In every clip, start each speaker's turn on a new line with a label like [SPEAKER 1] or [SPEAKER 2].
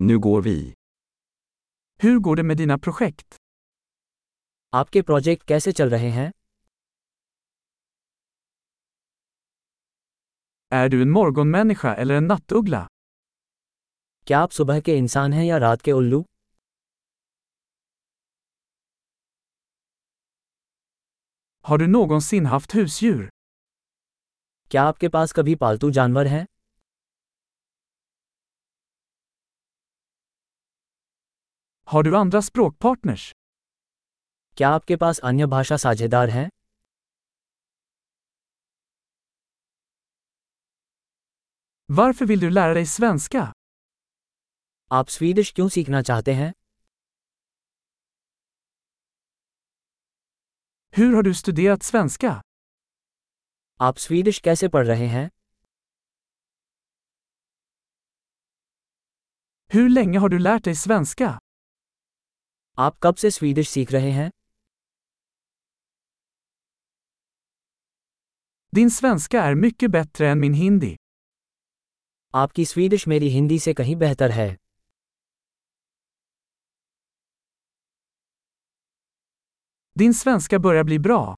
[SPEAKER 1] Nu går vi.
[SPEAKER 2] Hur går det med dina projekt?
[SPEAKER 3] आपके project कैसे चल रहे हैं
[SPEAKER 2] Är du en morgonmänniska eller en nattuggla?
[SPEAKER 3] क्या आप सुबह के इंसान हैं या रात के उल्लू
[SPEAKER 2] Har du någonsin haft husdjur?
[SPEAKER 3] क्या आपके पास कभी पालतू जानवर हैं
[SPEAKER 2] Har du andra språkpartners?
[SPEAKER 3] क्या आपके पास अन्य भाषा साझेदार हैं
[SPEAKER 2] Varför vill du lära dig svenska?
[SPEAKER 3] आप स्वीडिश क्यों सीखना चाहते हैं
[SPEAKER 2] Hur har du studerat svenska?
[SPEAKER 3] आप स्वीडिश कैसे पढ़ रहे हैं
[SPEAKER 2] Hur länge har du lärt dig svenska?
[SPEAKER 3] आप कब से स्वीडिश सीख रहे हैं
[SPEAKER 2] Din svenska är mycket bättre än min hindi.
[SPEAKER 3] आपकी स्वीडिश मेरी हिंदी से कहीं बेहतर है
[SPEAKER 2] Din svenska börjar bli bra.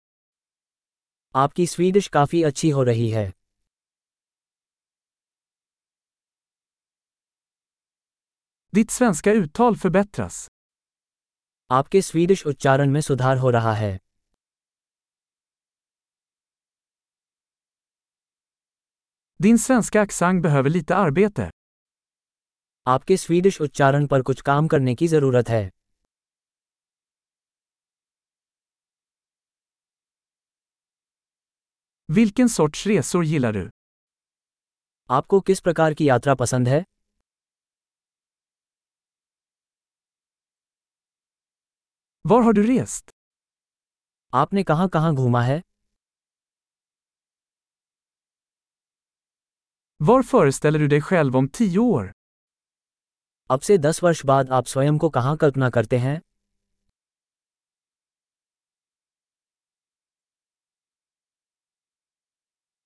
[SPEAKER 3] आपकी स्वीडिश काफ़ी अच्छी हो रही है
[SPEAKER 2] Ditt svenska uttal förbättras.
[SPEAKER 3] आपके स्वीडिश उच्चारण में सुधार हो रहा है
[SPEAKER 2] Din svenska accent behöver lite arbete.
[SPEAKER 3] आपके स्वीडिश उच्चारण पर कुछ काम करने की ज़रूरत है
[SPEAKER 2] Vilken sorts resor gillar du?
[SPEAKER 3] आपको किस प्रकार की यात्रा पसंद है
[SPEAKER 2] Var har du rest?
[SPEAKER 3] आपने कहाँ कहाँ घूमा है
[SPEAKER 2] Var föreställer du dig själv om tio år?
[SPEAKER 3] अब से दस वर्ष बाद आप स्वयं को कहाँ कल्पना करते हैं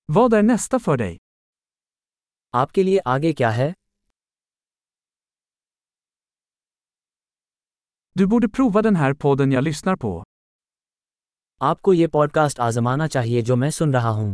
[SPEAKER 2] Vad är nästa för dig?
[SPEAKER 3] आपके लिए आगे क्या है
[SPEAKER 2] Du borde prova den här podden jag lyssnar på.
[SPEAKER 3] आपको ये पॉडकास्ट आजमाना चाहिए जो मैं सुन रहा हूँ